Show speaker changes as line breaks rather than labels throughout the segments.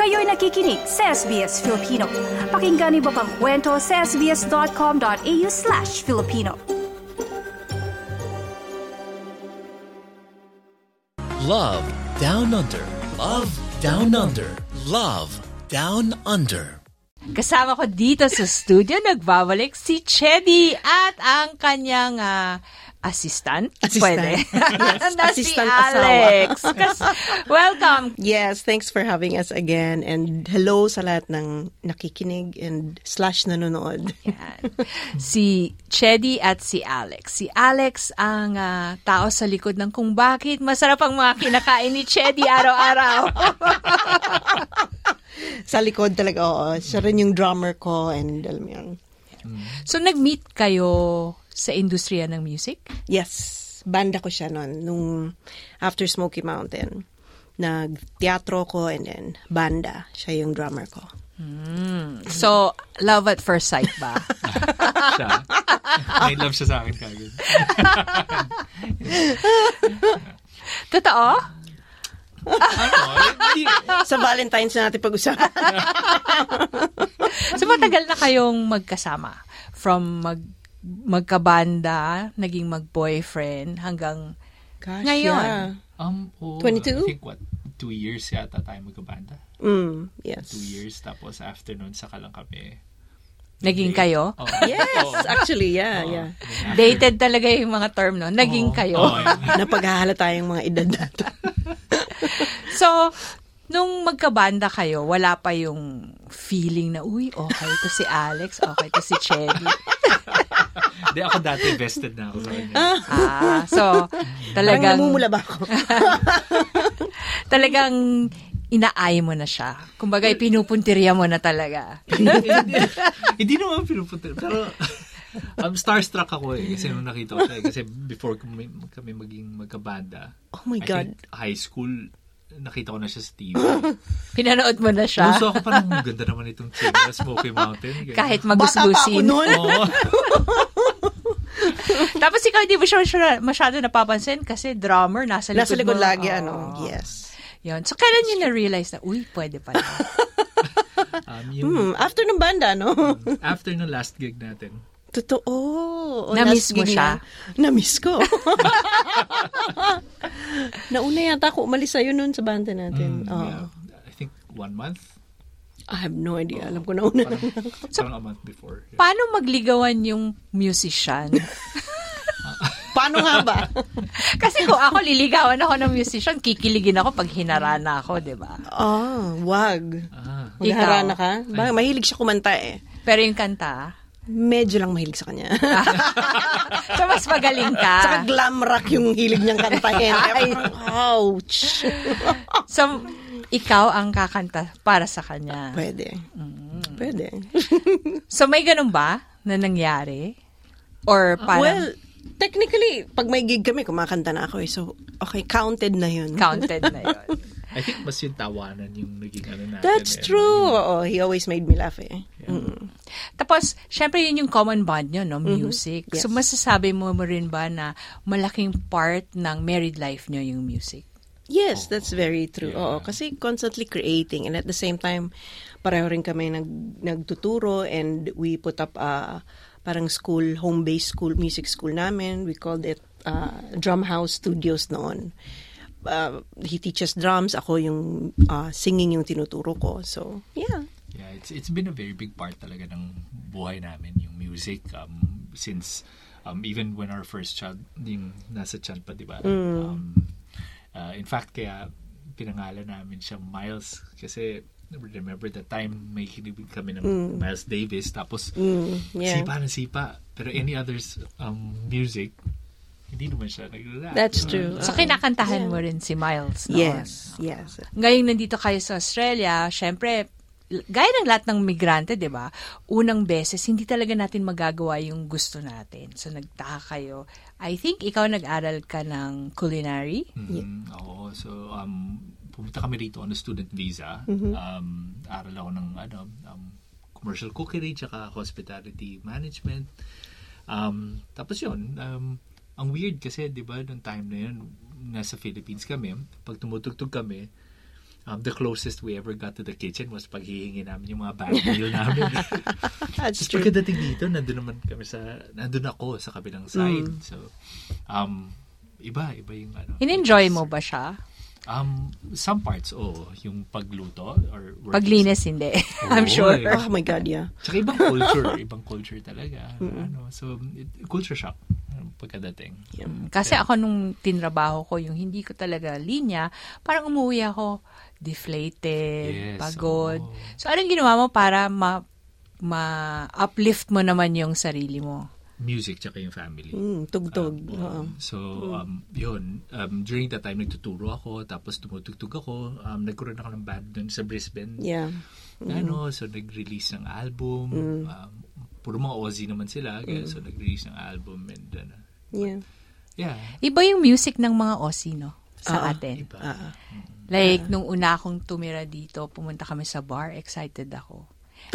Kayo'y nakikinig sa SBS Filipino. Pakinggan niyo pa ang kwento sa sbs.com.au slash Filipino.
Love Down Under. Love Down Under. Love Down Under.
Kasama ko dito sa studio, nagbabalik si Chedi at ang kanyang ah, assistant.
Assistant.
Pwede.
Yes,
Na
assistant
si
asawa.
Alex. Kas- welcome.
Yes, thanks for having us again and hello sa lahat ng nakikinig and slash nanonood.
Si Chedi at si Alex. Si Alex ang ah, tao sa likod ng kung bakit masarap ang mga kinakain ni Chedi araw-araw.
sa likod talaga, oo. Siya rin yung drummer ko and alam mo yun.
so, nag-meet kayo sa industriya ng music?
Yes, banda ko siya noon, nung after Smoky Mountain. Nag-teatro ko and then banda. Siya yung drummer ko.
So, love at first sight ba?
siya. May love siya sa akin kagad.
Totoo?
Ano? Hindi.
Sa Valentine's na natin pag-usapan.
So matagal na kayong magkasama from mag magkabanda, naging mag-boyfriend hanggang
Gosh,
Ngayon.
Um, oh,
22?
I think what, two years yata tayo magkabanda.
yeah. Mm, yes.
Two years, tapos after nun, saka lang kami.
naging kayo.
Oh,
Yes,
oh,
actually, yeah, yeah.
after-
Dated talaga yung mga term no. Naging
oh,
kayo.
oh, yeah.
Napaghahalata yung mga edad natin.
So nung magkabanda kayo, wala pa yung feeling na uy, okay to si Alex, okay to si Chedi.
Hindi, ako dati vested na ako sa kanya.
Ah, so
Parang
talagang
namumula ba ako?
talagang inaay mo na siya. Kumbaga, pinupuntirya mo na talaga.
Hindi- Hindi naman pinupunta. Pero, um, starstruck ako eh. Kasi nung nakita ko siya. eh. Kasi before kami, kami maging magkabanda.
Oh my
I
God.
think high school, nakita ko na siya sa TV.
Pinanood mo na siya.
So ako parang "Ang ganda naman itong chick na Smoky Mountain. Ganyan.
kahit
Bata pa ako
magusgusin.
noon.
Oo.
Tapos ikaw, hindi mo siya masya- masyado napapansin kasi drummer, nasa likod
Nasa likod
mo.
lagi,
Oo.
ano. Yes.
Yun. So, kailan niyo na-realize na, uy, pwede pala.
Um, yung,
Hmm, after ng banda, no?
After ng last gig natin,
Totoo. O,
Na-miss
last
mo
gig
siya?
Na, na-miss ko. Nauna yata ako umalis sa'yo noon sa banda
Mm,
natin. Oo.
yeah, I think one month,
I have no idea. Alam ko nauna.
parang, parang a month before. Yeah.
Paano magligawan yung musician?
Paano nga ba?
Kasi kung ako, liligawan ako ng musician, kikiligin ako pag hinarana ako, di ba?
Ah, wag.
Ah,
Magharana
Ikaw?
ka? Ba, mahilig siya kumanta eh.
Pero yung kanta,
Medyo lang mahilig sa kanya.
so mas magaling
Saka
ka.
glam rock yung hilig niyang kantahin.
Ay.
Ouch.
So, ikaw ang kakanta para sa kanya.
Pwede.
Mm.
Pwede.
So, may ganun ba na nangyari? Or
Ah, Well,
parang
technically, pag may gig kami, kumakanta na ako eh. So, okay, counted na yun.
counted na yun?
I think mas yung tawanan yung naging ano natin.
That's
eh.
true. Oo, he always made me laugh eh. Mm.
Tapos, syempre yun yung common bond nyo, no? Music.
Mm-hmm. Yes.
So, masasabi mo mo rin ba na malaking part ng married life nyo yung music?
Yes, that's very true. Oo, kasi constantly creating and at the same time, pareho rin kami nag, nagtuturo and we put up a parang school, home-based school, music school namin. We called it uh, Drum House Studios noon. Uh, he teaches drums. Ako yung uh, singing yung tinuturo ko. So, yeah.
Yeah, it's it's been a very big part talaga ng buhay namin yung music um since um even when our first child yung nasa chan pa, 'di ba?
Mm.
Um uh, in fact kaya pinangalan namin siyang Miles kasi remember the time may kinibig kami ng Miles Davis tapos
Mm. yeah.
sipa na sipa pero any others um music hindi naman siya naglala.
That's
diba?
true.
So, kinakantahan mo rin si Miles noon.
Uh, Yes, yes.
Ngayong nandito kayo sa Australia, syempre, l- gaya ng lahat ng migrante, di ba? Unang beses, hindi talaga natin magagawa yung gusto natin. So, nagtaka kayo. I think ikaw nag-aral ka ng culinary.
Mhm, Oo. So, um, pumunta kami rito on a student visa.
Mm-hmm.
Um, aral ako ng ano, um, commercial cookery tsaka hospitality management. Um, tapos yun, um, ang weird kasi, di ba, nung time na yun, nasa Philippines kami, pag tumutugtog kami, um, the closest we ever got to the kitchen was paghihingi namin yung mga bag meal namin.
That's
Tapos
Ah, true.
pagkadating dito, nandun naman kami sa, nandun ako sa kabilang side.
Mm.
So, um, iba, iba yung ano.
In-enjoy mo ba siya?
Um, some parts, oo. Yung pagluto or working-
Paglinis, hindi. I'm
Oo,
sure.
eh.
Oh my God, yeah.
Tsaka ibang culture, ibang culture talaga. Ano, so, it- culture shock um, pagkadating. Hmm.
Kasi ako nung tinrabaho ko, yung hindi ko talaga linya, parang umuwi ako deflated,
Yes,
pagod.
oo.
So, anong ginawa mo para ma- ma-uplift mo naman yung sarili mo?
Music tsaka yung family.
Mm, tugtog. Oo.
Um, so, um, yun. Um, during that time, nagtuturo ako. Tapos, tumutugtog ako. Um, nagkaroon ako ng band dun sa Brisbane.
Yeah.
Ano, so, nag-release ng album. Um, puro mga Aussie naman sila. Kaya, so, nag-release ng album. And, ano,
Yeah.
yeah.
Iba yung music ng mga Aussie, no? Sa
Oo,
atin.
Iba.
Like, nung una akong tumira dito, pumunta kami sa bar, excited ako.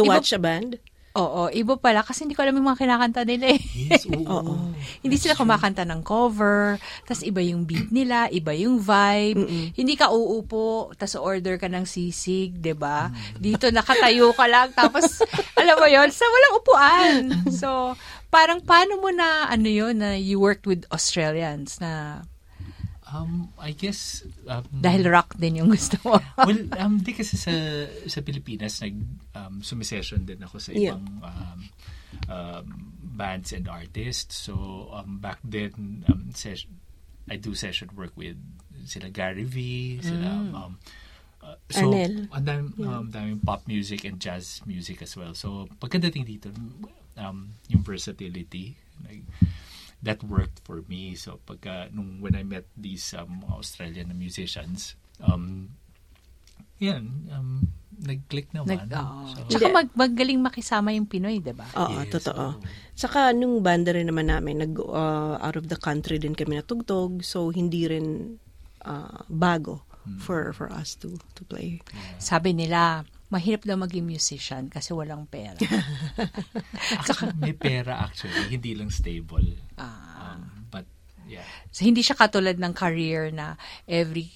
To
Iba-
watch a band?
Oo, iba pala kasi hindi ko alam yung mga kinakanta nila eh.
Yes, oo.
hindi sila kumakanta ng cover, tas iba yung beat nila, iba yung vibe. Hindi ka uupo, tas order ka ng sisig, 'di ba? Dito nakatayo ka lang tapos alam mo 'yon, sa walang upuan. So, parang paano mo na ano 'yon na you worked with Australians na
Um, I guess... Um,
dahil rock din yung gusto mo.
well, um, di kasi sa, sa Pilipinas, nag, um, sumisession din ako sa
Yeah.
ibang um, um, bands and artists. So, um, back then, um, ses- I do session work with sila Gary V, sila... Um, uh,
Mm.
so,
Arnel.
ang dami, um, daming pop music and jazz music as well. So, pagkadating dito, um, yung versatility, like, that worked for me. So, pagka, nung, when I met these um, mga Australian musicians, um, yan, um, nag-click naman.
Nag, oo.
Ano? So,
Tsaka mag, magaling makisama yung Pinoy, 'di ba?
Oo,
Yes,
totoo.
oo.
Saka nung banda rin naman namin, nag uh, out of the country din kami natugtog, so hindi rin uh, bago
Hmm.
for for us to to play.
Oh. Sabi nila, mahirap daw maging musician kasi walang pera.
actually, may pera actually, hindi lang stable.
Ah.
Um, but, yeah.
So, hindi siya katulad ng career na every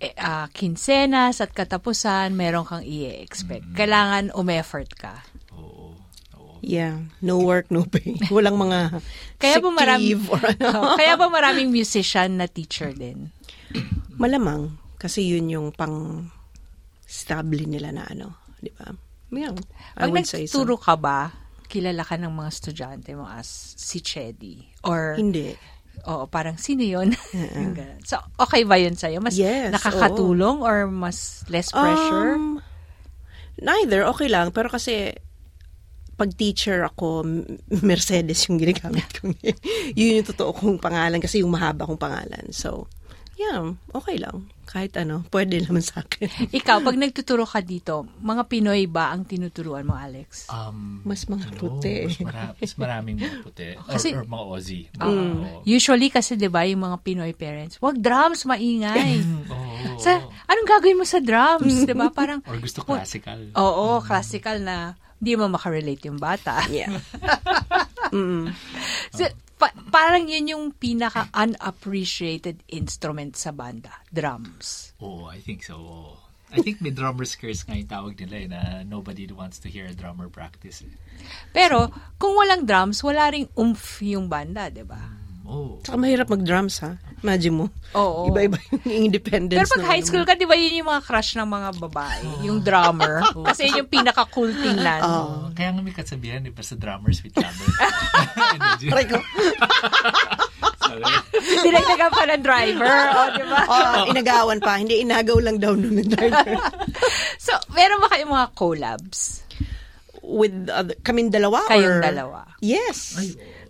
eh, ah, kinsenas at katapusan, meron kang i-expect. Kailangan umeffort ka.
Oo. oo.
Yeah, no work, no pay. Walang mga
Kaya
sick
ba marami-
leave or ano.
Oh, kaya ba maraming musician na teacher din?
Malamang kasi yun yung pang stable nila na ano, di ba? Yeah, I
Pag
would say so.
nagtuturo ka ba, kilala ka ng mga estudyante mo as si Chedi? Or,
Hindi.
oo, parang sino yun? Yung ganun. so, okay ba yun sa'yo? Mas
Yes,
nakakatulong or mas less pressure?
Um, neither, okay lang. Pero kasi, pag teacher ako, M- Mercedes yung ginagamit kong yun. yun yung totoo kong pangalan kasi yung mahaba kong pangalan. So, yeah, okay lang. Kahit ano, pwede naman sa akin.
Ikaw, pag nagtuturo ka dito, mga Pinoy ba ang tinuturuan mo, Alex?
Um,
Mas mga
ano,
puti.
Mas, mara- mas maraming mga puti. Or-
Kasi- Mm.
or, mga Aussie. Oo.
Usually kasi 'di ba yung mga Pinoy parents, wag drums maingay.
Oo.
sa anong gagawin mo sa drums, 'di ba? Parang
Or gusto Mm-hmm. classical.
Oo, classical na hindi mo makarelate yung bata.
Yeah.
So, pa- parang yun yung pinaka unappreciated instrument sa banda, drums.
Oo, I think so. oo. I think may drummer's curse nga yung tawag nila eh, na nobody wants to hear a drummer practice. eh.
Pero kung walang drums, wala ring umph yung banda, 'di ba?
Oo.
Saka mahirap mag-drums, ha? Imagine mo.
Oo.
Iba-iba yung independence. ano
Pero pag
naman.
high school ka, 'di ba yun yung mga crush ng mga babae, yung drummer, kasi yun yung pinaka cool tingnan.
Oo, kaya nga may kasabihan, eh, basta drummers with drummers.
Aray ko.
Dinagdagan pa ng driver, o, 'di ba?
Oh, inagawan pa. Hindi, inagaw lang daw nun ng driver.
So, meron ba kayong mga collabs?
with other, kaming dalawa
Kayong
or-
dalawa.
Yes.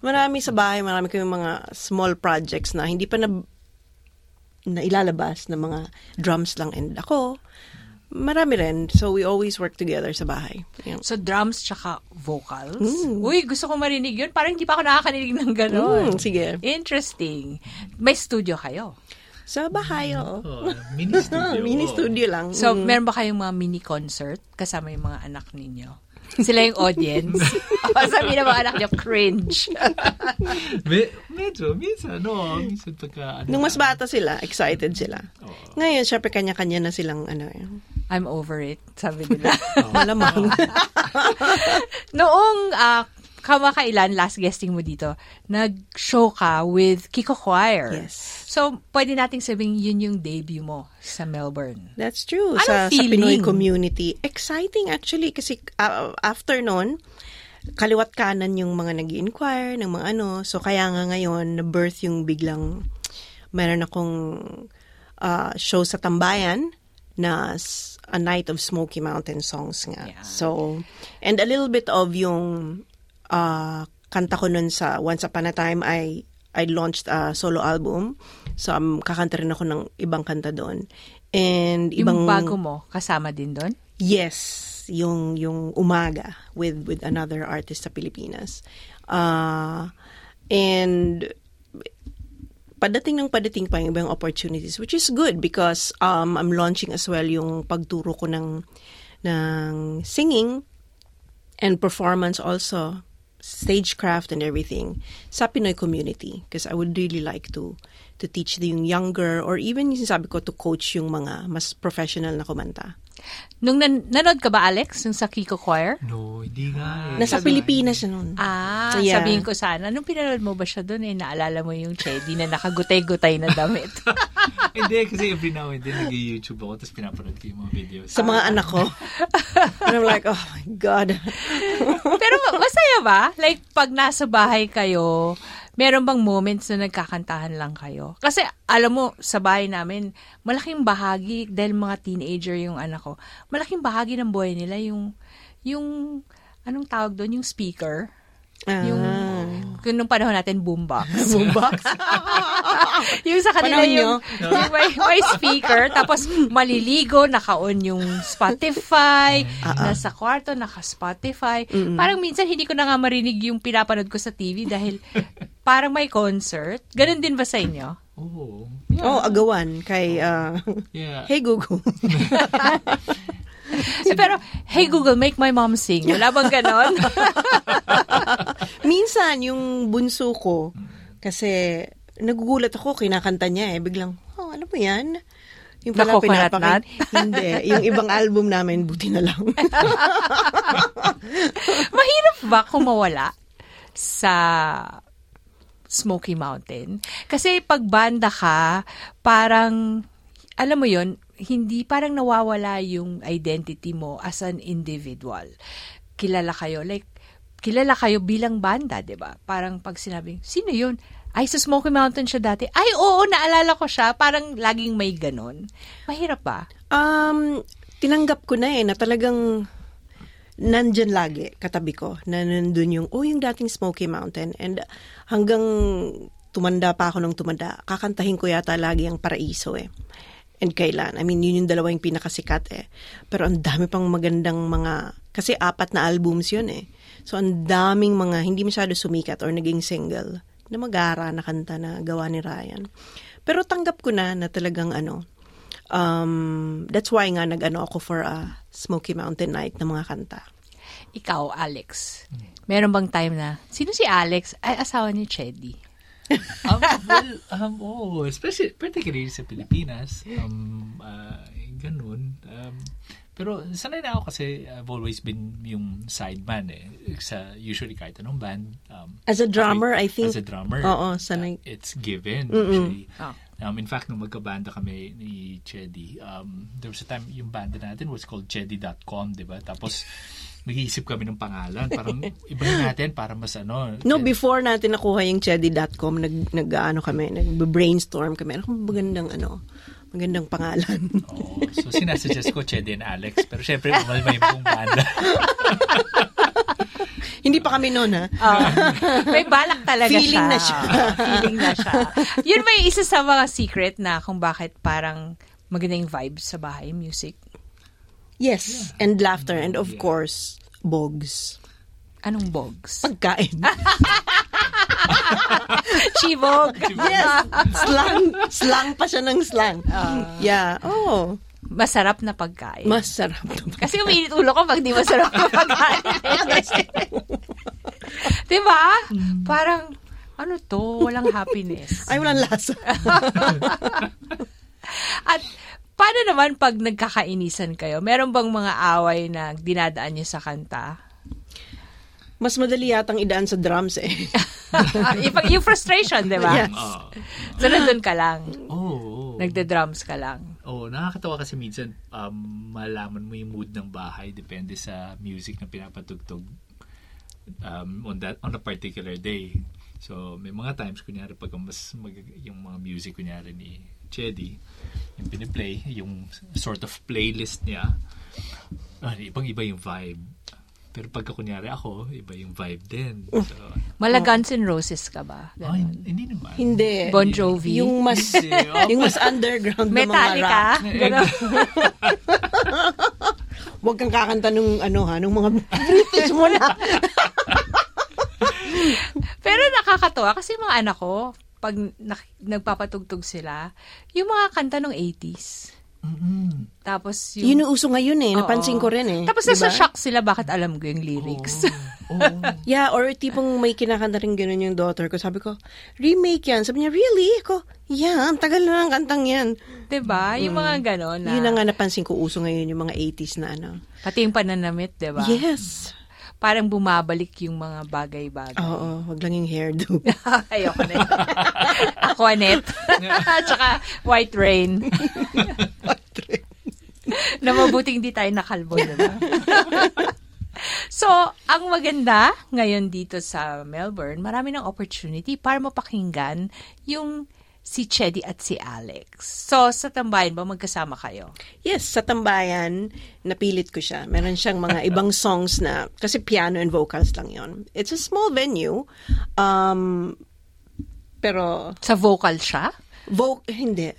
Marami sa bahay, marami kami mga small projects na hindi pa na, na ilalabas na mga drums lang and ako. Marami rin. So we always work together sa bahay. Yeah.
So, drums tsaka vocals. Uy, gusto ko marinig yun. Parang hindi pa ako nakakarinig ng gano'n.
Mm, sige.
Interesting. May studio kayo.
Sa bahay, oo.
Oo, Oh, mini studio.
Mini
oo.
studio lang.
So,
Mm.
meron ba kayong mga mini concert kasama yung mga anak ninyo? Sila yung audience. o, sabi ng mga anak niyo, cringe.
Me- medyo, minsan, no? Minsan pagka, ano,
Mm. Nung mas bata sila, excited sila. Ngayon, syempre kanya-kanya na silang ano eh.
I'm over it, sabi nila.
Malamang.
Noong ah, kamakailan, last guesting mo dito, nag-show ka with Kiko Choir.
Yes.
So, pwede nating sabing yun yung debut mo sa Melbourne.
That's true.
Anong
sa, sa
feeling?
Pinoy community. Exciting actually kasi uh, after nun, kaliwat kanan yung mga nag inquire ng mga ano. So kaya nga ngayon, na-birth yung biglang meron akong uh, show sa Tambayan na s- A Night of Smoky Mountain Songs nga.
Yeah.
So, and a little bit of yung uh, kanta ko nun sa Once Upon a Time, I I launched a solo album. So, um, kakanta rin ako ng ibang kanta doon. And
Yung
ibang...
bago mo, kasama din doon?
Yes, yung yung umaga with with another artist sa Pilipinas. Uh, and padating ng padating pa yung ibang opportunities which is good because um I'm launching as well yung pagturo ko ng ng singing and performance also stagecraft and everything sa Pinoy community because I would really like to to teach the yung younger or even yung sinasabi ko to coach yung mga mas professional na kumanta.
Nung nan- nanood ka ba, Alex, yung sa Kiko Choir?
No, hindi nga. Eh.
Nasa Pilipinas siya noon.
Ah,
Yeah.
sabihin ko sana, nung pinanood mo ba siya doon, eh, naalala mo yung Chedi na nakagutay-gutay na damit.
Hindi, kasi every now and then nag-YouTube ako, tapos pinapanood ko yung mga videos.
sa mga anak ko. And I'm like, oh my God.
Pero ma- masaya ba? Like, pag nasa bahay kayo, meron bang moments na nagkakantahan lang kayo? Kasi, alam mo, sa bahay namin, malaking bahagi, dahil mga teenager yung anak ko, malaking bahagi ng buhay nila yung, yung, anong tawag doon? Yung speaker.
Ah.
Yung, kung nung panahon natin, boombox.
boombox.
yung sa kanila
Panahon
yung, yung may, may speaker, tapos maliligo, naka-on yung Spotify,
Ah,
nasa kwarto, naka-Spotify. Parang minsan hindi ko na nga marinig yung pinapanood ko sa TV dahil parang may concert. Ganun din ba sa inyo?
Oo.
Oh, agawan kay uh,
Yeah.
Hey Google.
Eh, Pero, hey Google, make my mom sing. Wala bang ganon?
Minsan yung bunso ko kasi nagugulat ako kinakanta niya eh biglang, oh, ano mo 'yan? Yung
Nako, karatnat?
Hindi, yung ibang album namin buti na lang.
Mahirap ba kung mawala sa Smoky Mountain? Kasi pag banda ka, parang, alam mo yon hindi parang nawawala yung identity mo as an individual. Kilala kayo. Like, kilala kayo bilang banda, di ba? Parang pag sinabing, sino yun? Ay, sa Smoky Mountain siya dati. Ay, oo, naalala ko siya. Parang laging may ganon. Mahirap ba?
Um, tinanggap ko na eh, na talagang nandyan lagi, katabi ko, na nandun yung, oh, yung dating Smoky Mountain. And hanggang tumanda pa ako nung tumanda, kakantahin ko yata lagi ang Paraiso eh. And kailan? I mean, yun yung dalawa yung pinakasikat eh. Pero ang dami pang magandang mga, kasi apat na albums yun eh. So, ang daming mga hindi masyado sumikat or naging single na magara na kanta na gawa ni Ryan. Pero tanggap ko na na talagang ano, Um, that's why nga nag-ano ako for a Smoky Mountain Night ng mga kanta.
Ikaw, Alex, meron bang time na, sino si Alex? Ay, asawa ni Chedi.
um, well, um, oh, especially, particularly sa Pilipinas, um, ah, ganun. Um, pero sanay na ako kasi I've always been yung sideman eh. Sa, usually kahit anong band. Um,
As a drummer,
ako-
I think-
As a drummer.
Oo, sanay.
uh, it's given, usually.
Ah.
Um, in fact, nung magkabanda kami ni Chedi, um, there was a time, yung banda natin was called Chedi.com, di ba? Tapos, mag-iisip kami ng pangalan. Parang, ibahin natin para mas ano.
No,
Chedi.
before natin nakuha yung Chedi.com, nag, nag ano kami, nag-brainstorm kami. Ano kung magandang ano, magandang pangalan.
Oo. So, sinasuggest ko Chede and Alex. Pero syempre, umalma yung buong banda.
Hindi pa kami noon ha.
Uh, May balak talaga
Feeling
siya.
na siya.
Feeling na siya. Yun may isa sa mga secret na kung bakit parang maganda yung vibes sa bahay, music.
Yes, and laughter, and of course, bogs.
Anong bogs?
Pagkain.
Chibog.
yes, slang. Slang pa siya ng slang. yeah, oh.
masarap na pagkain.
Masarap na ba?
Kasi umiinit ulo ko pag di masarap ang pagkain. diba? Parang, ano to? Walang happiness.
Hmm. Ay, walang lasa.
At paano naman pag nagkakainisan kayo? Meron bang mga away na dinadaan niyo sa kanta?
Mas madali yatang idaan sa drums eh.
Ipag Ah, yung frustration, di ba?
Yes.
Ah.
So, nandun ka lang.
Oo. Oh,
Nagde-drums ka lang.
Oo, nakakatawa kasi minsan um, malaman mo yung mood ng bahay depende sa music na pinapatugtog um, on that on a particular day. So, may mga times, kunyari, pag mas mag, yung mga music, kunyari, ni Chedi, yung piniplay, yung sort of playlist niya, ah, ibang-iba yung vibe. Pero pagka kunyari ako, iba yung vibe din. So,
Mala Guns N' Roses ka ba?
ah,
Ganun.
hindi naman.
Hindi.
Bon Jovi?
Yung mas, yung mas underground na mga rap.
Metallica? Ganun.
Huwag kang kakanta nung ano ha, nung mga British mo na.
Pero nakakatuwa kasi yung mga anak ko, pag nak- nagpapatugtog sila, yung mga kanta ng 80s.
Mm-mm.
Tapos yung...
Yun ang uso ngayon eh.
Oo.
Napansin ko rin eh.
Tapos
Di
nasa
ba?
shock sila bakit alam ko yung lyrics.
Oo.
Yeah, or tipong may kinakanta rin ganun yung daughter ko. Sabi ko, remake yan. Sabi niya, really? Ako, yeah, ang tagal na ng kantang yan.
'Di ba? Diba? Yung mga ganon na,
Mm. Yun na nga napansin ko uso ngayon yung mga 80s na ano.
pati yung pananamit, 'di ba?
Yes.
Parang bumabalik yung mga bagay-bagay.
Oo, wag lang yung hairdo.
Ayoko na yun. Aquanet. Tsaka White Rain. na mabuting di tayo nakalbo, diba? So, ang maganda ngayon dito sa Melbourne, marami ng opportunity para mapakinggan yung si Chedi at si Alex. So, sa tambayan ba magkasama kayo?
Yes, sa tambayan, napilit ko siya. Meron siyang mga ibang songs na, kasi piano and vocals lang yon. It's a small venue, um, pero
Sa vocal siya?
Vogue, hindi.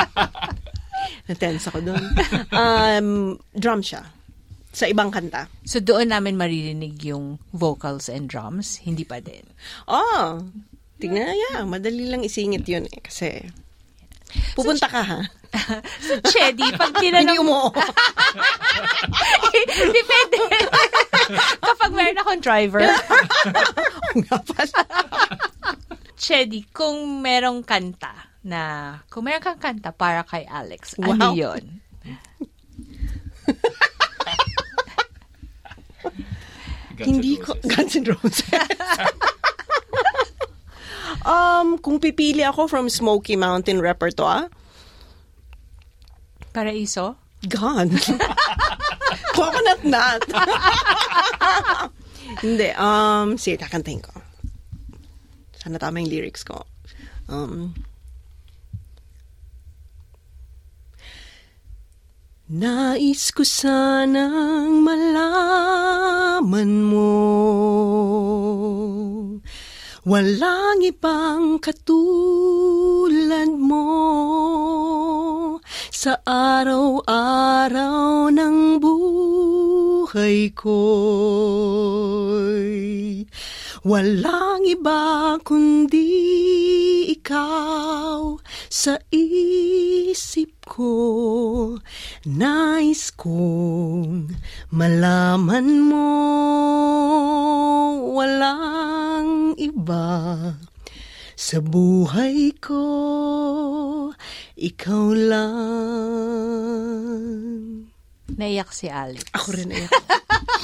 Natense ako doon. Um, drum siya. Sa ibang kanta.
So, doon namin maririnig yung vocals and drums. Hindi pa din.
Oh, tingnan, yeah, madali lang isingit yun eh. Kasi, pupunta ka ha.
Chedi, pag
Hindi
tinanong
umuo.
Depende. Kapag meron akong driver. Chedi, kung merong kanta na, kung meron kang kanta para kay Alex, ano
Wow.
yun?
Guns N'
Hindi ko,
Roses.
Guns N' Roses. um, kung pipili ako from Smoky Mountain repertoire,
Paraiso?
God. Coconut nut. Hindi. Um, sige, kakantahin ko. Sana tama yung lyrics ko. Um, Nais ko sanang malaman mo Walang ibang katulad mo Sa araw-araw ng buhay ko'y Walang iba kundi ikaw sa isip ko Nais kong malaman mo Walang iba sa buhay ko, ikaw lang.
Naiyak si Alex.
Ako rin eh.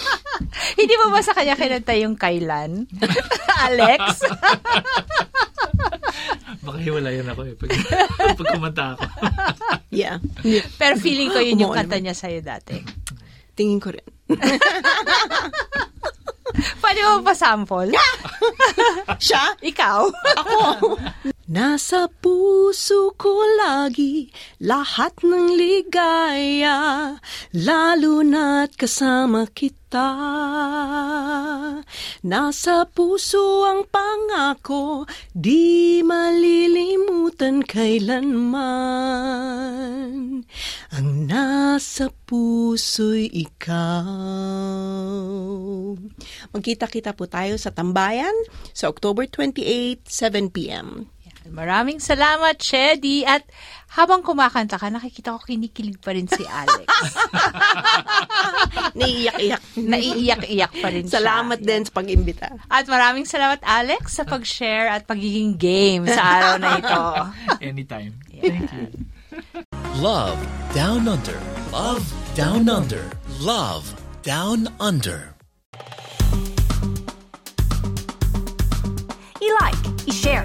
Hindi mo ba sa kanya kinanta yung kailan? Alex?
Baka hiwalayan ako eh. Pag, pag kumanta ako.
yeah.
Pero feeling ko yun yung
Umuulan.
kanta niya sa'yo dati.
Tingin ko rin.
Pwede mo pa sample?
Siya?
Ikaw?
Nasa puso ko lagi lahat ng ligaya, lalo na't kasama kita. Nasa puso ang pangako, di malilimutan kailanman. Ang nasa puso'y ikaw. Magkita-kita po tayo sa Tambayan sa October 28, 7 p.m.
Maraming salamat, Chedi. At habang kumakanta ka, nakikita ko kinikilig pa rin si Alex.
Naiiyak-iyak.
Naiiyak-iyak pa rin siya.
Salamat din sa pag-imbita.
At maraming salamat, Alex, sa pag-share at pagiging game sa araw na ito.
Anytime.
Love Down Under. Love Down Under. Love Down Under.
I-like, i-share,